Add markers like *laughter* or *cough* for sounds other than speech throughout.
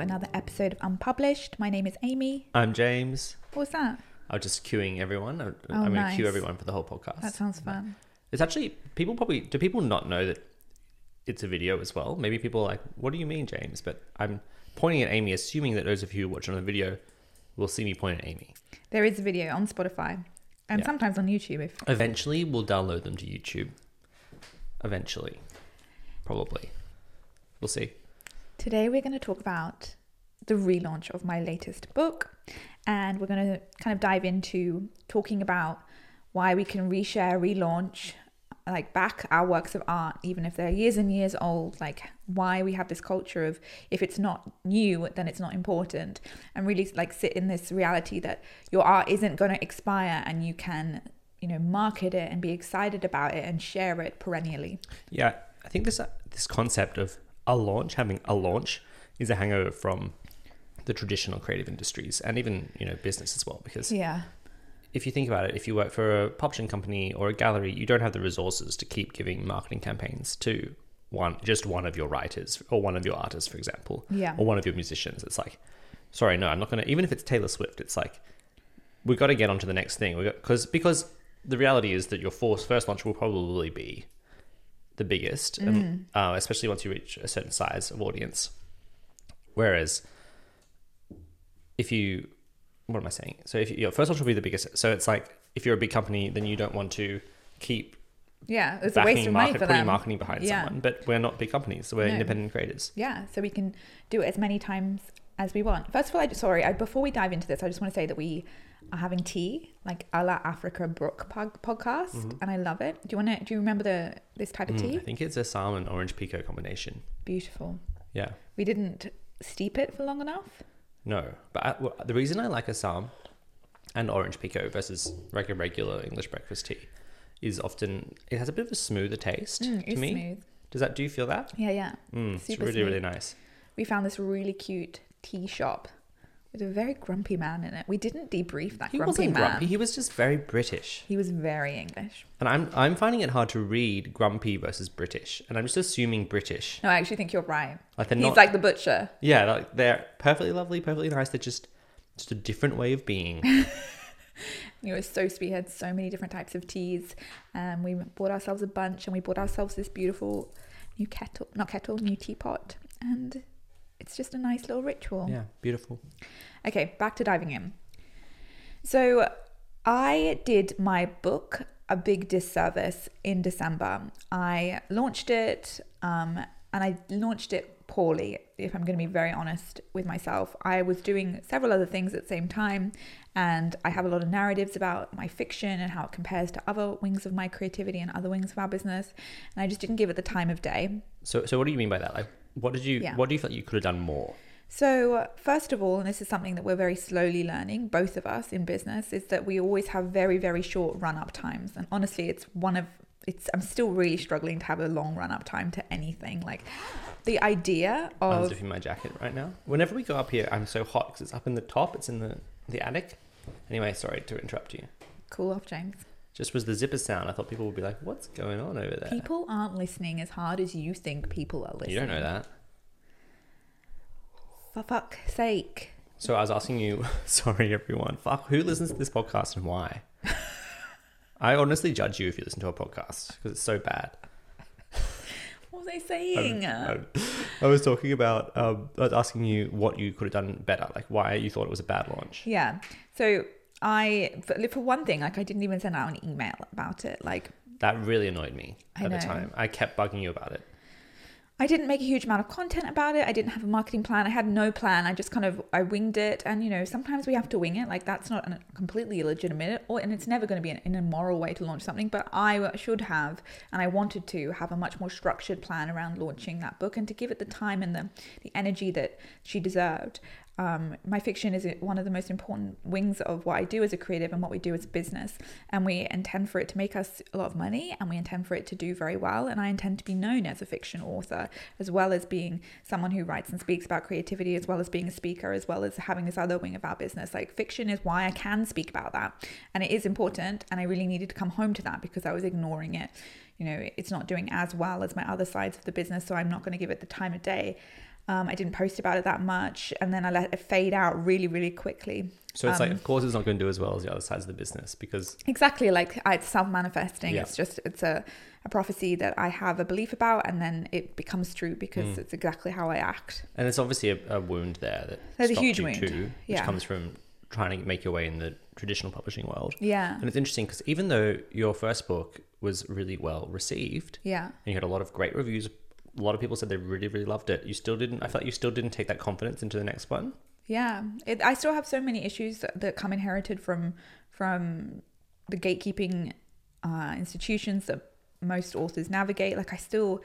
episode of Unpublished. My name is Amy. I'm James. What's that? I'm just queuing everyone. I'm Oh, going to queue nice. everyone for the whole podcast. That sounds fun. It's actually people probably do people not know that it's a video as well. Maybe people are like, what do you mean, James? But I'm pointing at Amy, assuming that those of you watching on the video will see me point at Amy. There is a video on Spotify and Yeah. sometimes on YouTube. If Eventually, we'll download them to YouTube. Eventually, probably, we'll see. today we're going to talk about the relaunch of my latest book, and we're going to kind of dive into talking about why we can reshare, relaunch, like back our works of art, even if they're years and years old. Like why we have this culture of if it's not new, then it's not important, and really like sit in this reality that your art isn't going to expire, and you can you know market it and be excited about it and share it perennially. Yeah, I think this uh, this concept of a launch having a launch is a hangover from the traditional creative industries and even you know business as well because Yeah. if you think about it, if you work for a publishing company or a gallery, you don't have the resources to keep giving marketing campaigns to one just one of your writers or one of your artists, for example, Yeah. or one of your musicians. It's like, sorry, no, I'm not gonna. Even if it's Taylor Swift, it's like we've got to get on to the next thing. We got because because the reality is that your first first launch will probably be the biggest, and, uh, especially once you reach a certain size of audience. Whereas if you what am I saying? So if you, your first launch will be the biggest. So it's like if you're a big company, then you don't want to keep Yeah, it's a waste backing of money market, for putting them. marketing behind Yeah. someone. But we're not big companies. We're No. independent creators. Yeah, so we can do it as many times as we want. First of all, I just, sorry, I, before we dive into this, I just want to say that we are having tea, like a la Africa Brook pod- podcast, and I love it. Do you want to? Do you remember the this type of Mm-hmm. Mm, tea? I think it's a salmon orange pico combination. Beautiful. Yeah. We didn't steep it for long enough. No, but I, well, the reason I like Assam and orange pico versus like a regular English breakfast tea is often it has a bit of a smoother taste Mm, to it's me. smooth. Does that do you feel that? Yeah, yeah. Mm, it's Super really really smooth. nice. We found this really cute tea shop with a very grumpy man in it. We didn't debrief that He grumpy wasn't man. grumpy. He was just very British. He was very English. And I'm I'm finding it hard to read grumpy versus British, and I'm just assuming British. No, I actually think you're right. Like they're He's not, like the butcher. yeah, like they're perfectly lovely, perfectly nice. They're just just a different way of *laughs* being. You know, it's so sweet. We had so many different types of teas. Um, we bought ourselves a bunch and we bought ourselves this beautiful new kettle, not kettle, new teapot. And it's just a nice little ritual. yeah, beautiful. Okay, back to diving in. So I did my book a big disservice in December. I launched it, um, and I launched it poorly. If I'm going to be very honest with myself, I was doing several other things at the same time, and I have a lot of narratives about my fiction and how it compares to other wings of my creativity and other wings of our business, and I just didn't give it the time of day. So so what do you mean by that? Like what did you Yeah. what do you feel like you could have done more? So, first of all, and this is something that we're very slowly learning, both of us in business, is that we always have very, very short run up times. And honestly, it's one of it's I'm still really struggling to have a long run up time to anything. Like the idea I'm of zipping my jacket right now. Whenever we go up here, I'm so hot because it's up in the top. It's in the the attic. Anyway, sorry to interrupt you. cool off, James. Just was the zipper sound. I thought people would be like, "What's going on over there?" People aren't listening as hard as you think people are listening. you don't know that. For fuck's sake. So I was asking you, *laughs* sorry everyone, fuck, who listens to this podcast and why? I honestly judge you if you listen to a podcast because it's so bad. What was I I'm- saying? I'm- I was talking about, um, I was asking you what you could have done better, like why you thought it was a bad launch. yeah. So I for- for one thing, like I didn't even send out an email about it. Like That really annoyed me I at the know. time. I kept bugging you about it. I didn't make a huge amount of content about it. I didn't have a marketing plan. I had no plan. I just kind of I winged it. And you know, sometimes we have to wing it. Like that's not an- completely illegitimate, or and it's never going to be an, an immoral way to launch something. But I should have, and I wanted to have a much more structured plan around launching that book and to give it the time and the the energy that she deserved. Um, my fiction is one of the most important wings of what I do as a creative and what we do as a business. And we intend for it to make us a lot of money and we intend for it to do very well. And I intend to be known as a fiction author, as well as being someone who writes and speaks about creativity, as well as being a speaker, as well as having this other wing of our business. Like fiction is why I can speak about that. And it is important. And I really needed to come home to that because I was ignoring it. You know, it's not doing as well as my other sides of the business. So I'm not going to give it the time of day Um, I didn't post about it that much, and then I let it fade out really, really quickly. So it's like, Um. of course, it's not going to do as well as the other sides of the business because Exactly, like I- it's self-manifesting. Yeah. It's just it's a, a prophecy that I have a belief about, and then it becomes true because Mm. it's exactly how I act. And it's obviously a, a wound there that There's a stopped huge you wound. Too, which Yeah. comes from trying to make your way in the traditional publishing world. Yeah, And it's interesting because even though your first book was really well received yeah. and you had a lot of great reviews, a lot of people said they really, really loved it. You still didn't. I felt you still didn't take that confidence into the next one. Yeah, it, I still have so many issues that, that come inherited from from the gatekeeping uh, institutions that most authors navigate. Like I still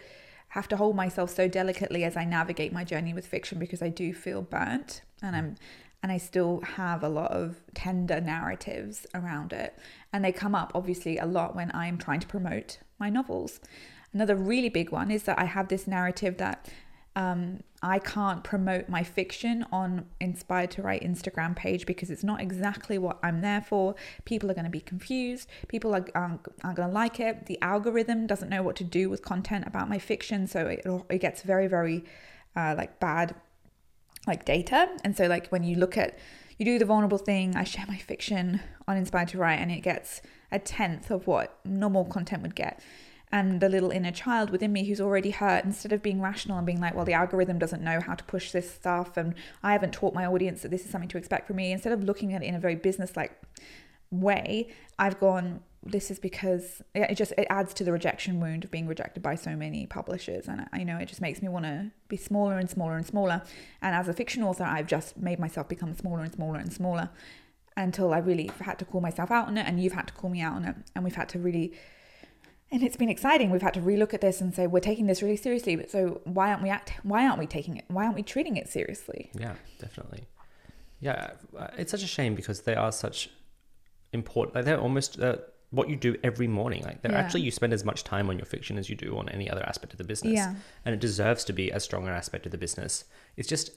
have to hold myself so delicately as I navigate my journey with fiction because I do feel burnt and I'm and I still have a lot of tender narratives around it. And they come up obviously a lot when I'm trying to promote my novels. Another really big one is that I have this narrative that um, I can't promote my fiction on Inspired to Write Instagram page because it's not exactly what I'm there for. People are going to be confused. People are, aren't, aren't going to like it. The algorithm doesn't know what to do with content about my fiction, so it, it gets very, very uh, like bad like data. And so like when you look at you do the vulnerable thing, I share my fiction on Inspired to Write and it gets a tenth of what normal content would get. And the little inner child within me who's already hurt, instead of being rational and being like, well, the algorithm doesn't know how to push this stuff and I haven't taught my audience that this is something to expect from me, instead of looking at it in a very business like way, I've gone, this is because yeah, it just it adds to the rejection wound of being rejected by so many publishers, and I, you know it just makes me want to be smaller and smaller and smaller. And as a fiction author, I've just made myself become smaller and smaller and smaller until I really had to call myself out on it, and you've had to call me out on it, and we've had to really. And it's been exciting. We've had to relook at this and say we're taking this really seriously. But so why aren't we act? Why aren't we taking it? Why aren't we treating it seriously? Yeah, definitely. Yeah, uh, it's such a shame because they are such important. Like they're almost uh, what you do every morning. Like they're Yeah. actually you spend as much time on your fiction as you do on any other aspect of the business. Yeah. and it deserves to be as strong an aspect of the business. It's just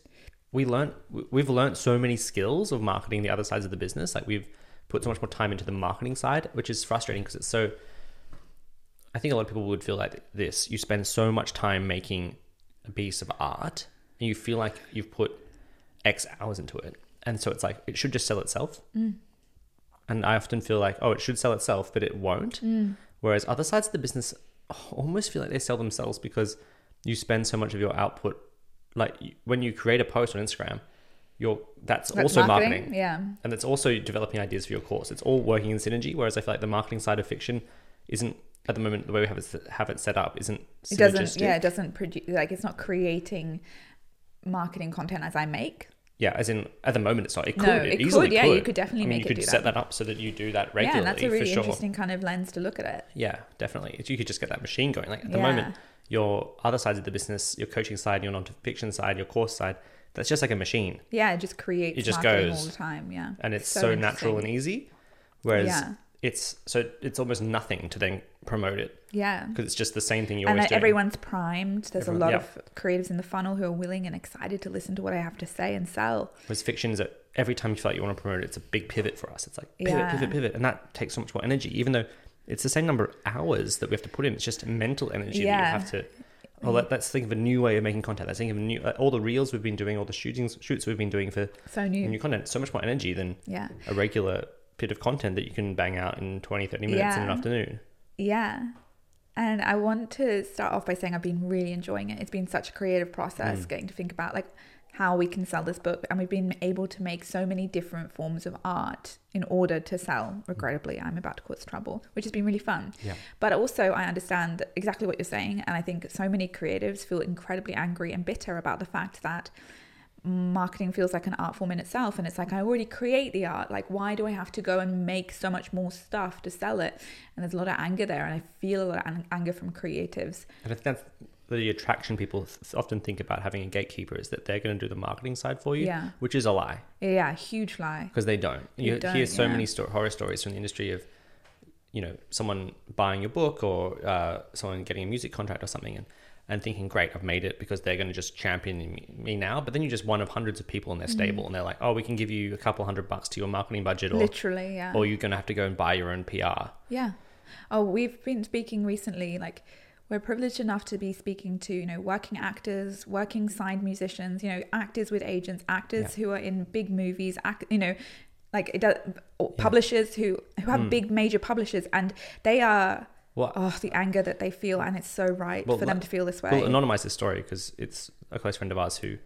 we learn we- we've learned so many skills of marketing the other sides of the business. Like we've put so much more time into the marketing side, which is frustrating because it's so. I think a lot of people would feel like this. You spend so much time making a piece of art, and you feel like you've put X hours into it, and so it's like it should just sell itself. And I often feel like, oh, it should sell itself, but it won't. Whereas other sides of the business almost feel like they sell themselves because you spend so much of your output. Like you- when you create a post on Instagram, you're that's, also marketing Yeah. and it's also developing ideas for your course. It's all working in synergy. Whereas I feel like the marketing side of fiction isn't at the moment the way we have it have it set up isn't synergistic. it doesn't yeah it doesn't produce like it's not creating marketing content as i make Yeah, as in at the moment it's not. It No, could. it it, easily could, yeah, you could definitely I make mean, you it could do set that. that up so that you do that yeah regularly and that's a for really sure. interesting kind of lens to look at it Yeah, definitely. It's, you could just get that machine going. Like at the Yeah. moment, your other sides of the business, your coaching side, your non-fiction side, your course side, that's just like a machine, yeah it just creates It just marketing goes. all the time yeah and it's so, natural and interesting. easy. Whereas Yeah. it's so it's almost nothing to then promote it yeah because it's just the same thing you're and always that doing. everyone's primed there's Everyone- a lot yeah. of creatives in the funnel who are willing and excited to listen to what i have to say and sell Whereas fiction is that every time you feel like you want to promote it, it's a big pivot for us. It's like pivot, Yeah. pivot, pivot, and that takes so much more energy. Even though it's the same number of hours that we have to put in, it's just mental energy that Yeah. you have to. Oh, let, let's think of a new way of making content. Let's think of a new. uh, All the reels we've been doing, all the shootings, shoots we've been doing for so new new content, so much more energy than yeah a regular bit of content that you can bang out in 20, 30 minutes in an Yeah. afternoon. Yeah. And I want to start off by saying I've been really enjoying it. It's been such a creative process getting to think about like how we can sell this book and we've been able to make so many different forms of art in order to sell. Regrettably, I'm about to cause trouble, which has been really fun. Yeah. But also I understand exactly what you're saying and I think so many creatives feel incredibly angry and bitter about the fact that marketing feels like an art form in itself and it's like i already create the art like why do i have to go and make so much more stuff to sell it and there's a lot of anger there and i feel a lot of an- anger from creatives And I think that's the attraction people th- often think about having a gatekeeper is that they're going to do the marketing side for you, Yeah. which is a lie. yeah huge lie because they don't. They You hear don't, so yeah. many sto- horror stories from the industry of, you know, someone buying your book or uh, someone getting a music contract or something, and, and thinking, great, I've made it because they're going to just champion me, me now. But then you're just one of hundreds of people in Mm-hmm. their stable, and they're like, oh, we can give you a couple hundred bucks to your marketing budget, or literally yeah or you're going to have to go and buy your own PR. Yeah. Oh, we've been speaking recently, like we're privileged enough to be speaking to you know working actors working signed musicians you know actors with agents actors who are in big movies act, you know like it does, or publishers who who Hmm. have big major publishers and they are Well, oh the anger that they feel and it's so right Well, for them let- to feel this way We'll anonymize this story because it's a close friend of ours who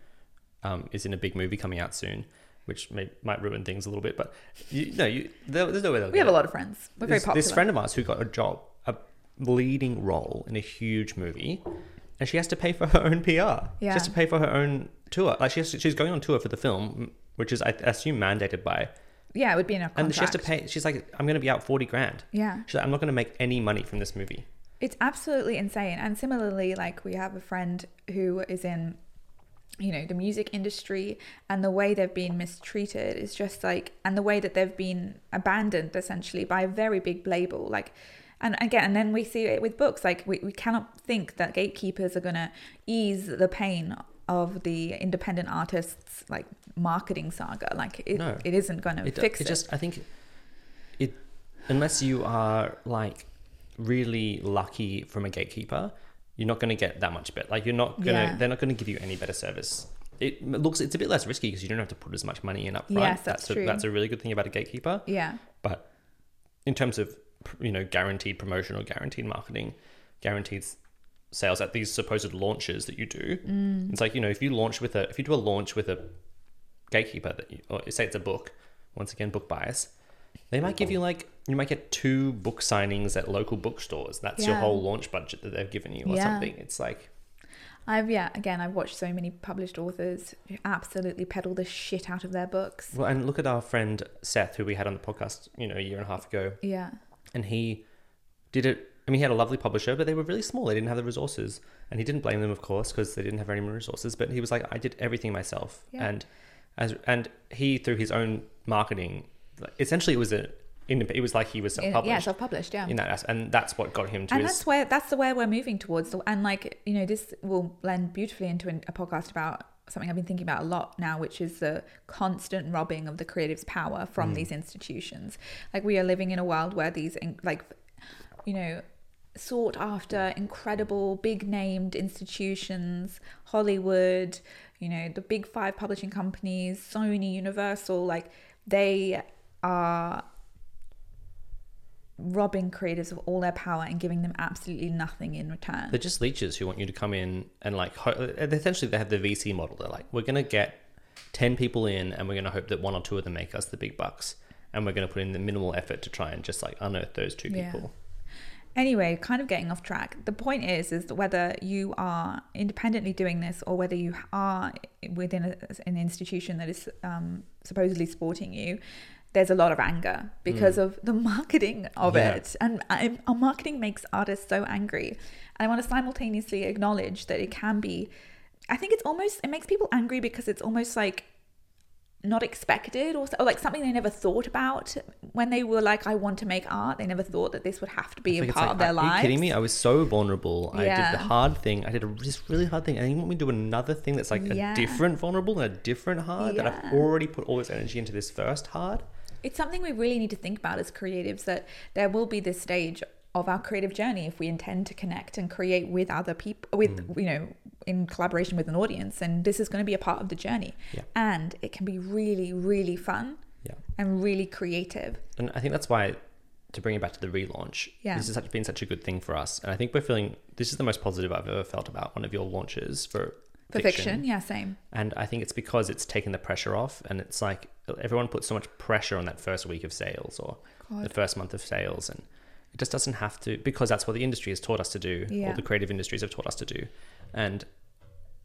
um, is in a big movie coming out soon, which may, might ruin things a little bit. But you, no, you, there, there's no way they'll we get have it. a lot of friends we're this, very popular this friend of ours who got a job, a leading role in a huge movie, and she has to pay for her own PR. She Yeah. has to pay for her own tour. Like she has to- she's going on tour for the film, which is I assume mandated by, yeah it would be in a and contract she has to pay. She's like, I'm going to be out forty grand. yeah She's like, I'm not going to make any money from this movie. It's absolutely insane. And similarly, like we have a friend who is in, you know, the music industry and the way they've been mistreated is just like, and the way that they've been abandoned essentially by a very big label. Like, and again, and then we see it with books. Like, we, we cannot think that gatekeepers are going to ease the pain of the independent artists, like, marketing saga. Like, it, No. it isn't going to it, uh, fix it. it just i think it unless you are like really lucky from a gatekeeper you're not going to get that much better like you're not gonna Yeah. they're not going to give you any better service it looks it's a bit less risky because you don't have to put as much money in up front Yes, that's a, true. that's a really good thing about a gatekeeper yeah. but in terms of you know guaranteed promotion or guaranteed marketing guaranteed s- sales at these supposed launches that you do Mm. it's like you know if you launch with a if you do a launch with a gatekeeper that you, or say it's a book once again book bias they might give you like you might get two book signings at local bookstores that's your Yeah. whole launch budget that they've given you or Yeah. something it's like I've yeah, again, I've watched so many published authors who absolutely peddle the shit out of their books. well and look at our friend seth who we had on the podcast you know a year and a half ago Yeah. and he did it. I mean, he had a lovely publisher, but they were really small. They didn't have the resources, and he didn't blame them, of course, because they didn't have any resources. But he was like, "I did everything myself," Yeah. and as and he through his own marketing, essentially, it was a indep- it was like he was In- self-published yeah, self-published, yeah. in that, as- and that's what got him to and his. that's where that's the way we're moving towards. And like, you know, this will blend beautifully into an- a podcast about something I've been thinking about a lot now, which is the constant robbing of the creative's power from these institutions. Like we are living in a world where these in- like you know, sought after, incredible, big named institutions, Hollywood, you know, the big five publishing companies, Sony, Universal, like they are robbing creatives of all their power and giving them absolutely nothing in return. They're just leeches who want you to come in and like. Ho- and essentially, they have the VC model. They're like, we're gonna get ten people in, and we're gonna hope that one or two of them make us the big bucks, and we're gonna put in the minimal effort to try and just like unearth those two Yeah. people. Anyway, kind of getting off track. The point is, is that whether you are independently doing this or whether you are within a, an institution that is um, supposedly supporting you, there's a lot of anger because of the marketing of Yeah. it, and I, our marketing makes artists so angry. And I want to simultaneously acknowledge that it can be. I think it's almost it makes people angry because it's almost like not expected or, so- or like something they never thought about when they were like i want to make art they never thought that this would have to be a Like, it's part like, of their Are lives you kidding me? I was so vulnerable. I Yeah. did the hard thing. I did a, this really hard thing. And you want me to do another thing that's like Yeah. a different vulnerable and a different hard that I've Yeah. already put all this energy into this first hard? it's something we really need to think about as creatives that there will be this stage of our creative journey if we intend to connect and create with other people with Mm. you know in collaboration with an audience and this is going to be a part of the journey Yeah. and it can be really really fun Yeah. and really creative And I think that's why, to bring it back to the relaunch, Yeah. this has such- been such a good thing for us. And I think we're feeling this is the most positive I've ever felt about one of your launches for, for fiction, yeah same And I think it's because it's taken the pressure off, and it's like everyone puts so much pressure on that first week of sales or God. the first month of sales, and it just doesn't have to because that's what the industry has taught us to do, Yeah. or the creative industries have taught us to do. And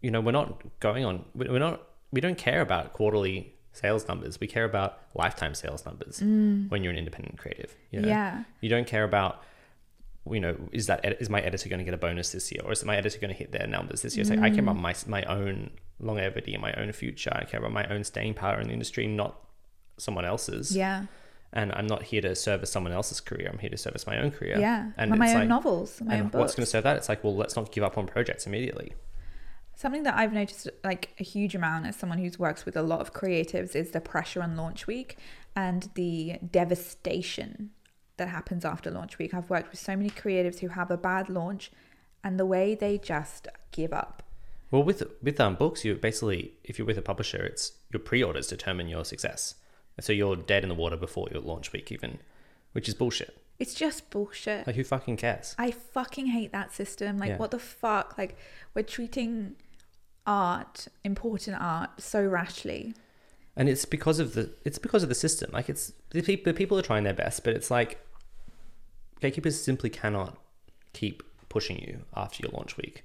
you know, we're not going on. we- We're not. We don't care about quarterly sales numbers. We care about lifetime sales numbers when you're an independent creative. You know? Mm. Yeah. You don't care about you know, is that ed- is my editor going to get a bonus this year, or is my editor going to hit their numbers this year? It's like I care about my my own longevity, my own future. I care about my own staying power in the industry, not someone else's. yeah And I'm not here to service someone else's career. I'm here to service my own career. yeah, And my it's own like, novels my own and books what's going to serve that? It's like, well, let's not give up on projects immediately. Something that I've noticed like a huge amount as someone who's works with a lot of creatives is the pressure on launch week and the devastation that happens after launch week. I've worked with so many creatives who have a bad launch and the way they just give up. Well, with with um, books, you basically, if you're with a publisher, it's your pre-orders determine your success. So you're dead in the water before your launch week, even, which is bullshit. It's just bullshit. Like, who fucking cares? I fucking hate that system. Like, Yeah. what the fuck? Like, we're treating art, important art, so rashly. And it's because of the it's because of the system. Like, it's the, peop the people are trying their best, but it's like gatekeepers simply cannot keep pushing you after your launch week.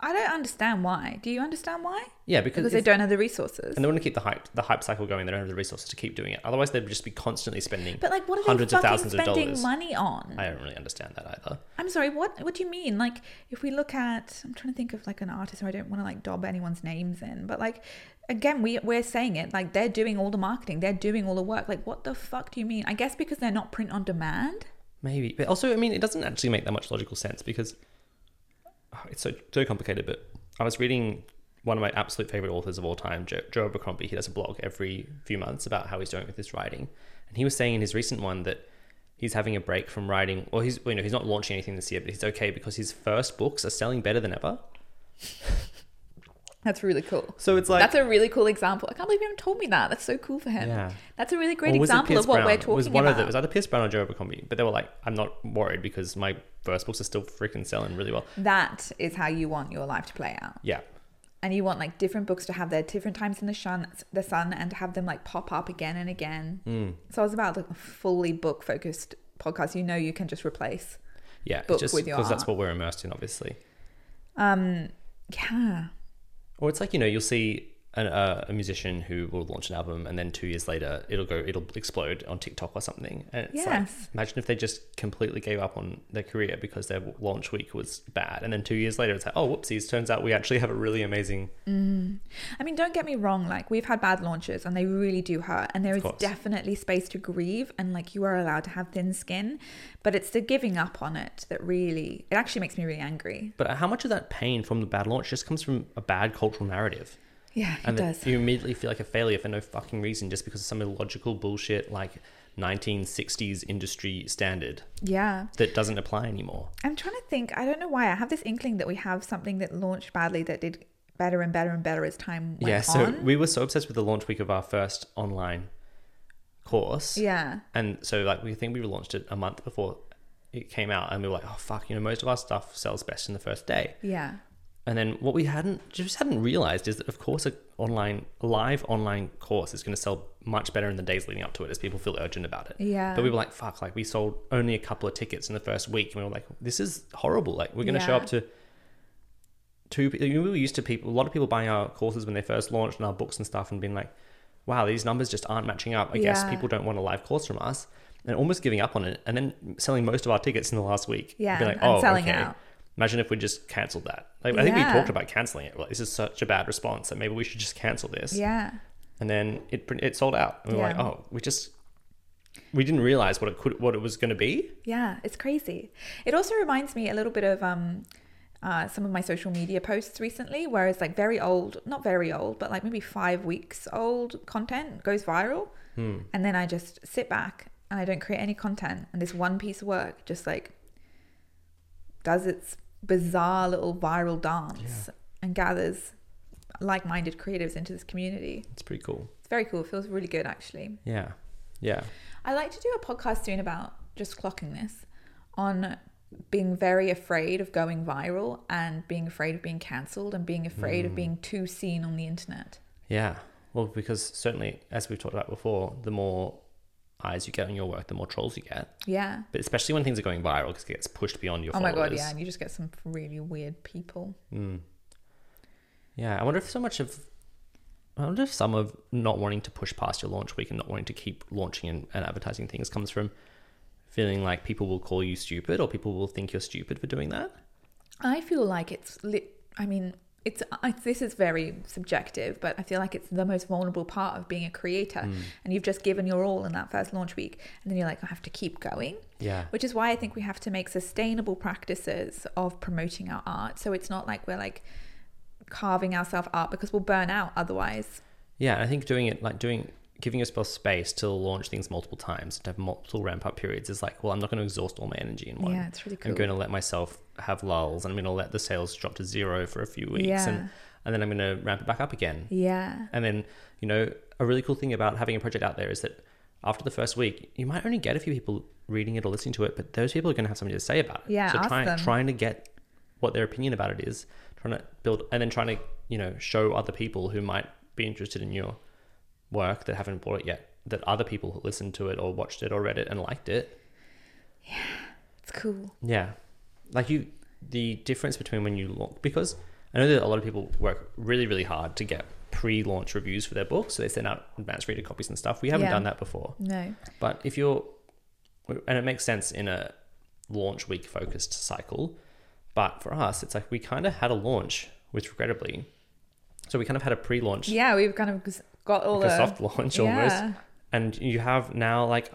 I don't understand why. Do you understand why? Yeah, because, Because they it's- don't have the resources. and they want to keep the hype the hype cycle going. They don't have the resources to keep doing it. Otherwise, they'd just be constantly spending But like, what are hundreds they of fucking thousands of spending dollars. money on? I don't really understand that either. I'm sorry. What What do you mean? Like, if we look at, I'm trying to think of like an artist who I don't want to like dob anyone's names in, but like, again, we we're saying it like they're doing all the marketing, they're doing all the work. Like, what the fuck do you mean? I guess because they're not print on demand. Maybe, but also, I mean, it doesn't actually make that much logical sense because oh, it's so so complicated. But I was reading one of my absolute favorite authors of all time, Joe, Joe Abercrombie. He does a blog every few months about how he's doing with his writing, and he was saying in his recent one that he's having a break from writing, or he's well, you know he's not launching anything this year, but he's okay because his first books are selling better than ever. That's really cool. So it's like That's a really cool example. I can't believe you haven't told me that. That's so cool for him. Yeah. That's a really or great was it example Pierce of what Brown? we're It was talking one about. of the, it was either Pierce Brown or Joe Abercrombie, but they were like, I'm not worried because my first books are still freaking selling really well. that is how you want your life to play out. Yeah. and you want like different books to have their different times in the sun, the sun, and to have them like pop up again and again. Mm. So I was about like a fully book focused podcast. You know, you can just replace. Yeah, Book it's just with your because that's art. what we're immersed in, obviously. Um, yeah, Or it's like you know you'll see an, uh, a musician who will launch an album and then two years later it'll go it'll explode on TikTok or something. And it's Yes. like imagine if they just completely gave up on their career because their launch week was bad, and then two years later it's like oh whoopsies, turns out we actually have a really amazing. I mean, don't get me wrong. Like we've had bad launches, and they really do hurt. And there is course. definitely space to grieve, and like you are allowed to have thin skin, but it's the giving up on it that really it actually makes me really angry. But how much of that pain from the bad launch just comes from a bad cultural narrative? Yeah, it and that does. you immediately feel like a failure for no fucking reason just because of some illogical bullshit like 1960s industry standard yeah. that doesn't apply anymore. I'm trying to think. I don't know why. I have this inkling that we have something that launched badly that did better and better and better as time went yeah so on. we were so obsessed with the launch week of our first online course yeah. and so like we think we launched it a month before it came out and we were like oh fuck you know most of our stuff sells best in the first day Yeah. and then what we hadn't just hadn't realized is that of course a online live online course is going to sell much better in the days leading up to it as people feel urgent about it Yeah. but we were like fuck like we sold only a couple of tickets in the first week and we were like this is horrible like we're going to show Yeah. up to two pe- we were used to people a lot of people buying our courses when they first launched and our books and stuff and being like wow these numbers just aren't matching up i guess Yeah. people don't want a live course from us and almost giving up on it and then selling most of our tickets in the last week Yeah, being like and oh selling okay out. imagine if we just cancelled that like i think we Yeah. talked about cancelling it like this is such a bad response that maybe we should just cancel this Yeah. and then it pr- it sold out and we were Yeah. like oh we just we didn't realize what it could what it was going to be Yeah. It's crazy. It also reminds me a little bit of um uh, some of my social media posts recently, where it's like very old, not very old, but like maybe five weeks old content goes viral. And then I just sit back and I don't create any content. And this one piece of work just like does its bizarre little viral dance and gathers like minded creatives into this community. it's pretty cool It's very cool. It feels really good, actually. yeah yeah I like to do a podcast soon about just clocking this on being very afraid of going viral and being afraid of being cancelled and being afraid of being too seen on the internet. yeah well because certainly as we've talked about before the more eyes you get on your work the more trolls you get Yeah. but especially when things are going viral because it gets pushed beyond your Oh my followers god, yeah, and you just get some really weird people. Yeah, I wonder if so much of, I wonder if some of not wanting to push past your launch week and not wanting to keep launching and, and advertising things comes from feeling like people will call you stupid or people will think you're stupid for doing that. I feel like it's lit. I mean, it's I, this is very subjective, but I feel like it's the most vulnerable part of being a creator, and you've just given your all in that first launch week, and then you're like, I have to keep going. Yeah. Which is why I think we have to make sustainable practices of promoting our art. So it's not like we're like carving ourselves up because we'll burn out otherwise. Yeah, I think doing it like doing giving yourself space to launch things multiple times to have multiple ramp up periods is like, well, I'm not going to exhaust all my energy in one. Yeah, it's really I'm cool. going to let myself have lulls, and I'm going to let the sales drop to zero for a few weeks, Yeah. and and then I'm going to ramp it back up again. Yeah. And then, you know, a really cool thing about having a project out there is that after the first week, you might only get a few people reading it or listening to it, but those people are going to have something to say about it. Yeah, So ask trying them. trying to get what their opinion about it is, trying to build, and then trying to you know show other people who might be interested in your work that haven't bought it yet that other people who listened to it or watched it or read it and liked it. It's cool. Yeah, like you, the difference between when you launch because I know that a lot of people work really really hard to get pre-launch reviews for their books, so they send out advanced reader copies and stuff. We haven't Yeah. done that before, No. but if you're, and it makes sense in a launch week focused cycle, but for us, it's like we kind of had a launch, which regrettably, so we kind of had a pre-launch, Yeah, we've kind of got all like a the soft launch almost, Yeah. and you have now like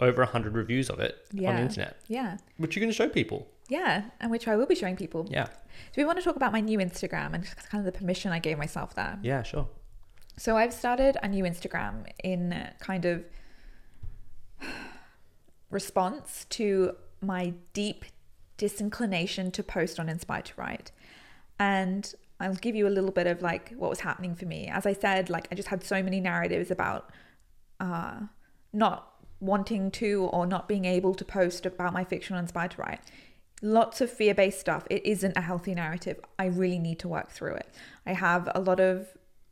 over hundred reviews of it on Yeah. the internet, Yeah. which you can show people. Yeah, and which I will be showing people. Yeah, Do we want to talk about my new Instagram and just kind of the permission I gave myself there? yeah, sure. So I've started a new Instagram in kind of response to my deep disinclination to post on Inspired to Write. And I'll give you a little bit of like what was happening for me. As I said, like I just had so many narratives about uh, not wanting to or not being able to post about my fiction on Inspired to Write. Lots of fear based stuff. It isn't a healthy narrative. I really need to work through it. I have a lot of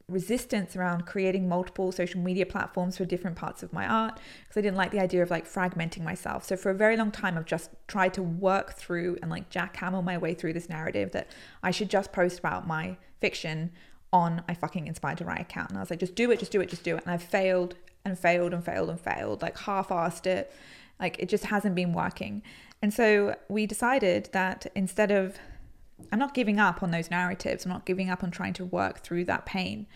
resistance around creating multiple social media platforms for different parts of my art because I didn't like the idea of like fragmenting myself. So for a very long time I've just tried to work through and like jackhammer my way through this narrative that I should just post about my fiction on I fucking inspired to write account. And I was like, just do it, just do it, just do it. And I've failed and failed and failed and failed, like half-assed it. Like it just hasn't been working. And so we decided that instead of I'm not giving up on those narratives. I'm not giving up on trying to work through that pain.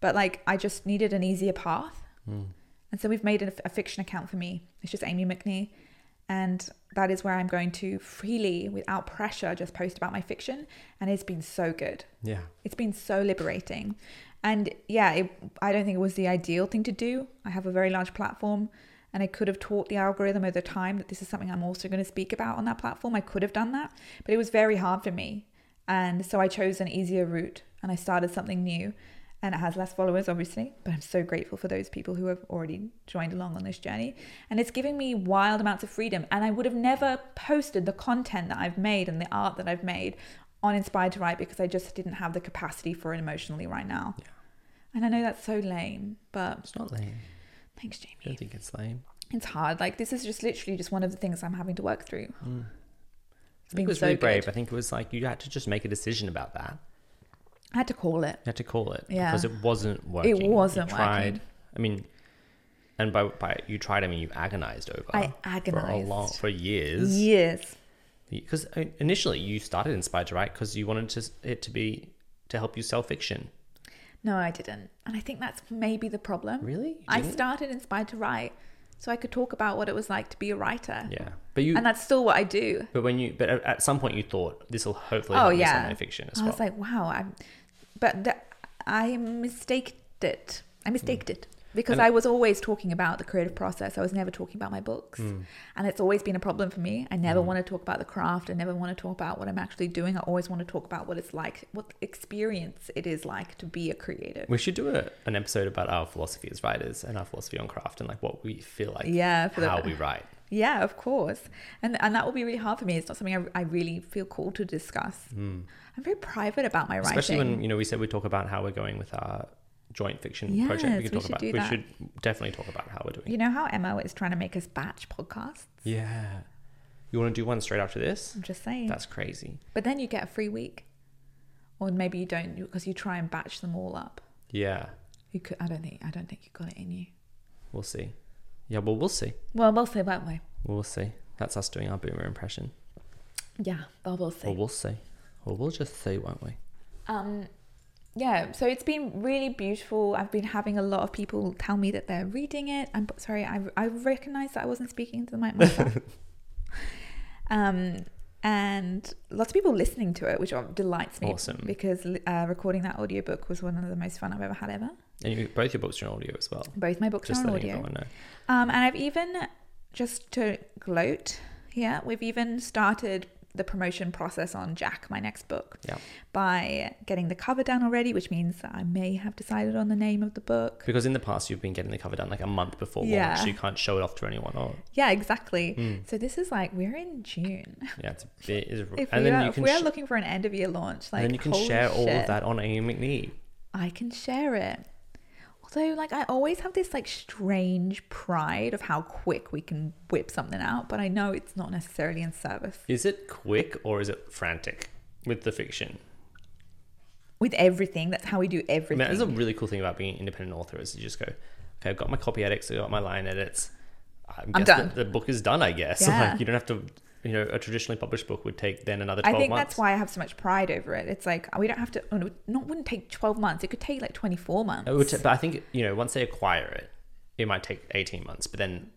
But like, I just needed an easier path. And so we've made a, a fiction account for me. It's just Amy McNee. And that is where I'm going to freely, without pressure, just post about my fiction. And it's been so good. Yeah, It's been so liberating. And yeah, it, I don't think it was the ideal thing to do. I have a very large platform and I could have taught the algorithm over time that this is something I'm also going to speak about on that platform. I could have done that, but it was very hard for me. And so I chose an easier route and I started something new and it has less followers obviously but i'm so grateful for those people who have already joined along on this journey and it's giving me wild amounts of freedom and i would have never posted the content that i've made and the art that i've made on inspired to write because i just didn't have the capacity for it emotionally right now and i know that's so lame but it's not lame. thanks I jamie don't think it's lame. it's hard like this is just literally just one of the things i'm having to work through I been think Mm. it was so really brave. good. I think it was like you had to just make a decision about that. i had to call it You had to call it Yeah. because it wasn't working. wasn't you tried, working. I mean, and by by you tried, I mean you agonized over. I for a long agonized. for years. yes Because initially you started Inspired to Write because you wanted to, it to be to help you sell fiction. no i didn't and i think that's maybe the problem Really? You I didn't? started inspired to write so I could talk about what it was like to be a writer. Yeah, but you. And that's still what I do. but when you, but at, at some point you thought this will hopefully oh help me sell yeah. my fiction as I well. was like, wow, I'm but th- I mistaked it. I mistaked it. Because Hmm. And- I was always talking about the creative process. I was never talking about my books. Hmm. And it's always been a problem for me. I never want to talk about the craft. I never want to talk about what I'm actually doing. I always want to talk about what it's like, what experience it is like to be a creative. we should do a, an episode about our philosophy as writers and our philosophy on craft and like what we feel like. Yeah, for the- How we write. Yeah, of course. And and that will be really hard for me. It's not something I, I really feel called to discuss. I'm very private about my writing. Hmm. especially when you know we said we talk about how we're going with our joint fiction Yes, project. We we can talk should about do we that. should definitely talk about how we're doing. you know how Emma is trying to make us batch podcasts? Yeah, you want to do one straight after this? I'm just saying. That's crazy. but then you get a free week. Or maybe you don't because you try and batch them all up. Yeah, You could I don't think I don't think you got it in you. we'll see. Yeah, well we'll see. Well, we'll see, won't we? We'll see. That's us doing our boomer impression. Yeah, well we'll see. Well, we'll see. Well, we'll just see, won't we? um yeah so it's been really beautiful i've been having a lot of people tell me that they're reading it i'm b- *laughs* sorry i, I recognize that i wasn't speaking to the mic myself um and lots of people listening to it, which delights me. Awesome. Because uh, recording that audiobook was one of the most fun I've ever had ever. And you, both your books are on audio as well. Both my books Just are on letting audio. everyone know. Um, and I've even, just to gloat here, we've even started the promotion process on Jack, my next book, Yeah. by getting the cover done already, which means that I may have decided on the name of the book. Because in the past, you've been getting the cover done like a month before Yeah. launch, so you can't show it off to anyone. Oh, Or Yeah, exactly. Mm. So this is like, we're in June. yeah, it's a bit. It's, If and we then are, you if can. we are sh- looking for an end of year launch, like and then you can holy share all of shit. that on Amy McNee. I can share it. Although, like, I always have this like strange pride of how quick we can whip something out, but I know it's not necessarily in service. Is it quick or is it frantic with the fiction? With everything, that's how we do I mean, everything. that's a really cool thing about being an independent author is you just go, okay, I've got my copy edits, I've got my line edits. I guess done. The, the book is done, I guess. *laughs* Yeah. Like you don't have to, you know, a traditionally published book would take then another 12 I think months. that's why I have so much pride over it. It's like we don't have to. oh, no, Not wouldn't take twelve months. It could take like twenty four months. It would ta- but I think, you know, once they acquire it, it might take 18 months. But then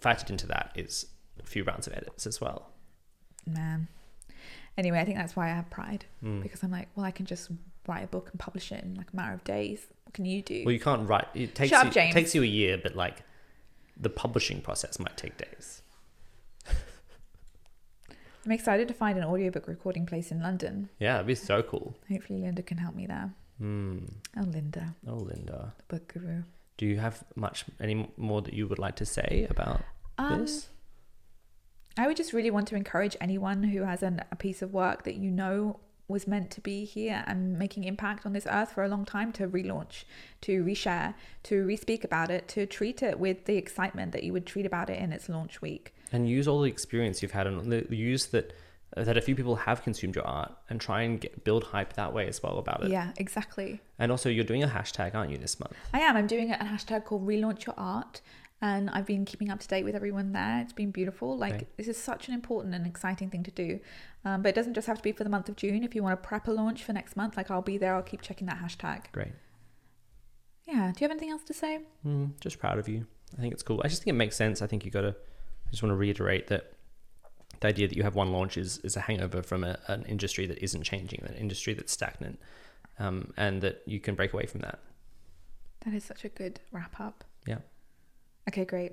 factored into that is a few rounds of edits as well. Man. Anyway, I think that's why I have pride Hmm. because I'm like, well, I can just write a book and publish it in like a matter of days. What can you do? Well, you can't write, it takes, Shut up, you, James. takes you a year, but like the publishing process might take days. I'm excited to find an audiobook recording place in London. Yeah, that'd be so cool. Hopefully, Linda can help me there. Hmm. Oh, Linda, Oh, Linda. the book guru. Do you have much any more that you would like to say about Um, this? I would just really want to encourage anyone who has an, a piece of work that you know was meant to be here and making impact on this earth for a long time to relaunch, to reshare, to respeak about it, to treat it with the excitement that you would treat about it in its launch week. And use all the experience you've had and the- the use that that a few people have consumed your art and try and get, build hype that way as well about it. Yeah, exactly. And also, you're doing a hashtag, aren't you, this month? I am. I'm doing a hashtag called Relaunch Your Art, and I've been keeping up to date with everyone there. It's been beautiful. Like Okay. this is such an important and exciting thing to do, um, but it doesn't just have to be for the month of June. If you want to prep a launch for next month, like I'll be there. I'll keep checking that hashtag. Great. Yeah. Do you have anything else to say? Mm, just proud of you. I think it's cool. I just think it makes sense. I think you got to. I just want to reiterate that the idea that you have one launch is is a hangover from a, an industry that isn't changing, an industry that's stagnant, um, and that you can break away from that. That is such a good wrap up. Yeah. Okay, great.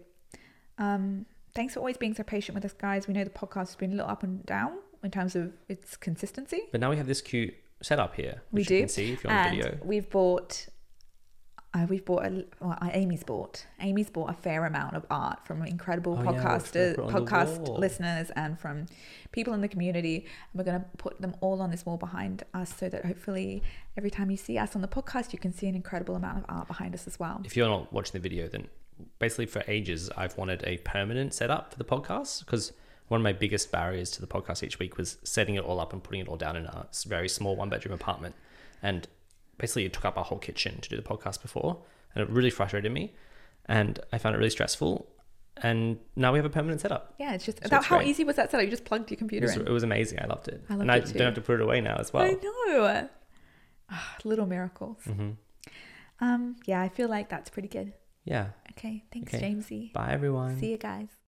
Um, thanks for always being so patient with us, guys. We know the podcast has been a little up and down in terms of its consistency. But now we have this cute setup here, We which do. you can see if you're on and video. we've bought. Uh, we've bought a well, uh, Amy's bought Amy's bought a fair amount of art from incredible Oh, yeah, which podcaster we've put on the podcast wall. listeners and from people in the community. And we're going to put them all on this wall behind us, so that hopefully every time you see us on the podcast, you can see an incredible amount of art behind us as well. if you're not watching the video, then basically for ages I've wanted a permanent setup for the podcast because one of my biggest barriers to the podcast each week was setting it all up and putting it all down in a s- very small one bedroom apartment. And basically, it took up our whole kitchen to do the podcast before, and it really frustrated me. And I found it really stressful. And now we have a permanent setup. Yeah, it's just So that, it's how great. easy was that setup? You just plugged your It computer was, in. it was amazing. I loved it. I loved and I it too. don't have to put it away now as well. Mm-hmm. I know. Ah, little miracles. Um, yeah, I feel like that's pretty good. Yeah. Okay, thanks, Okay. Jamesy. Bye, everyone. See you guys.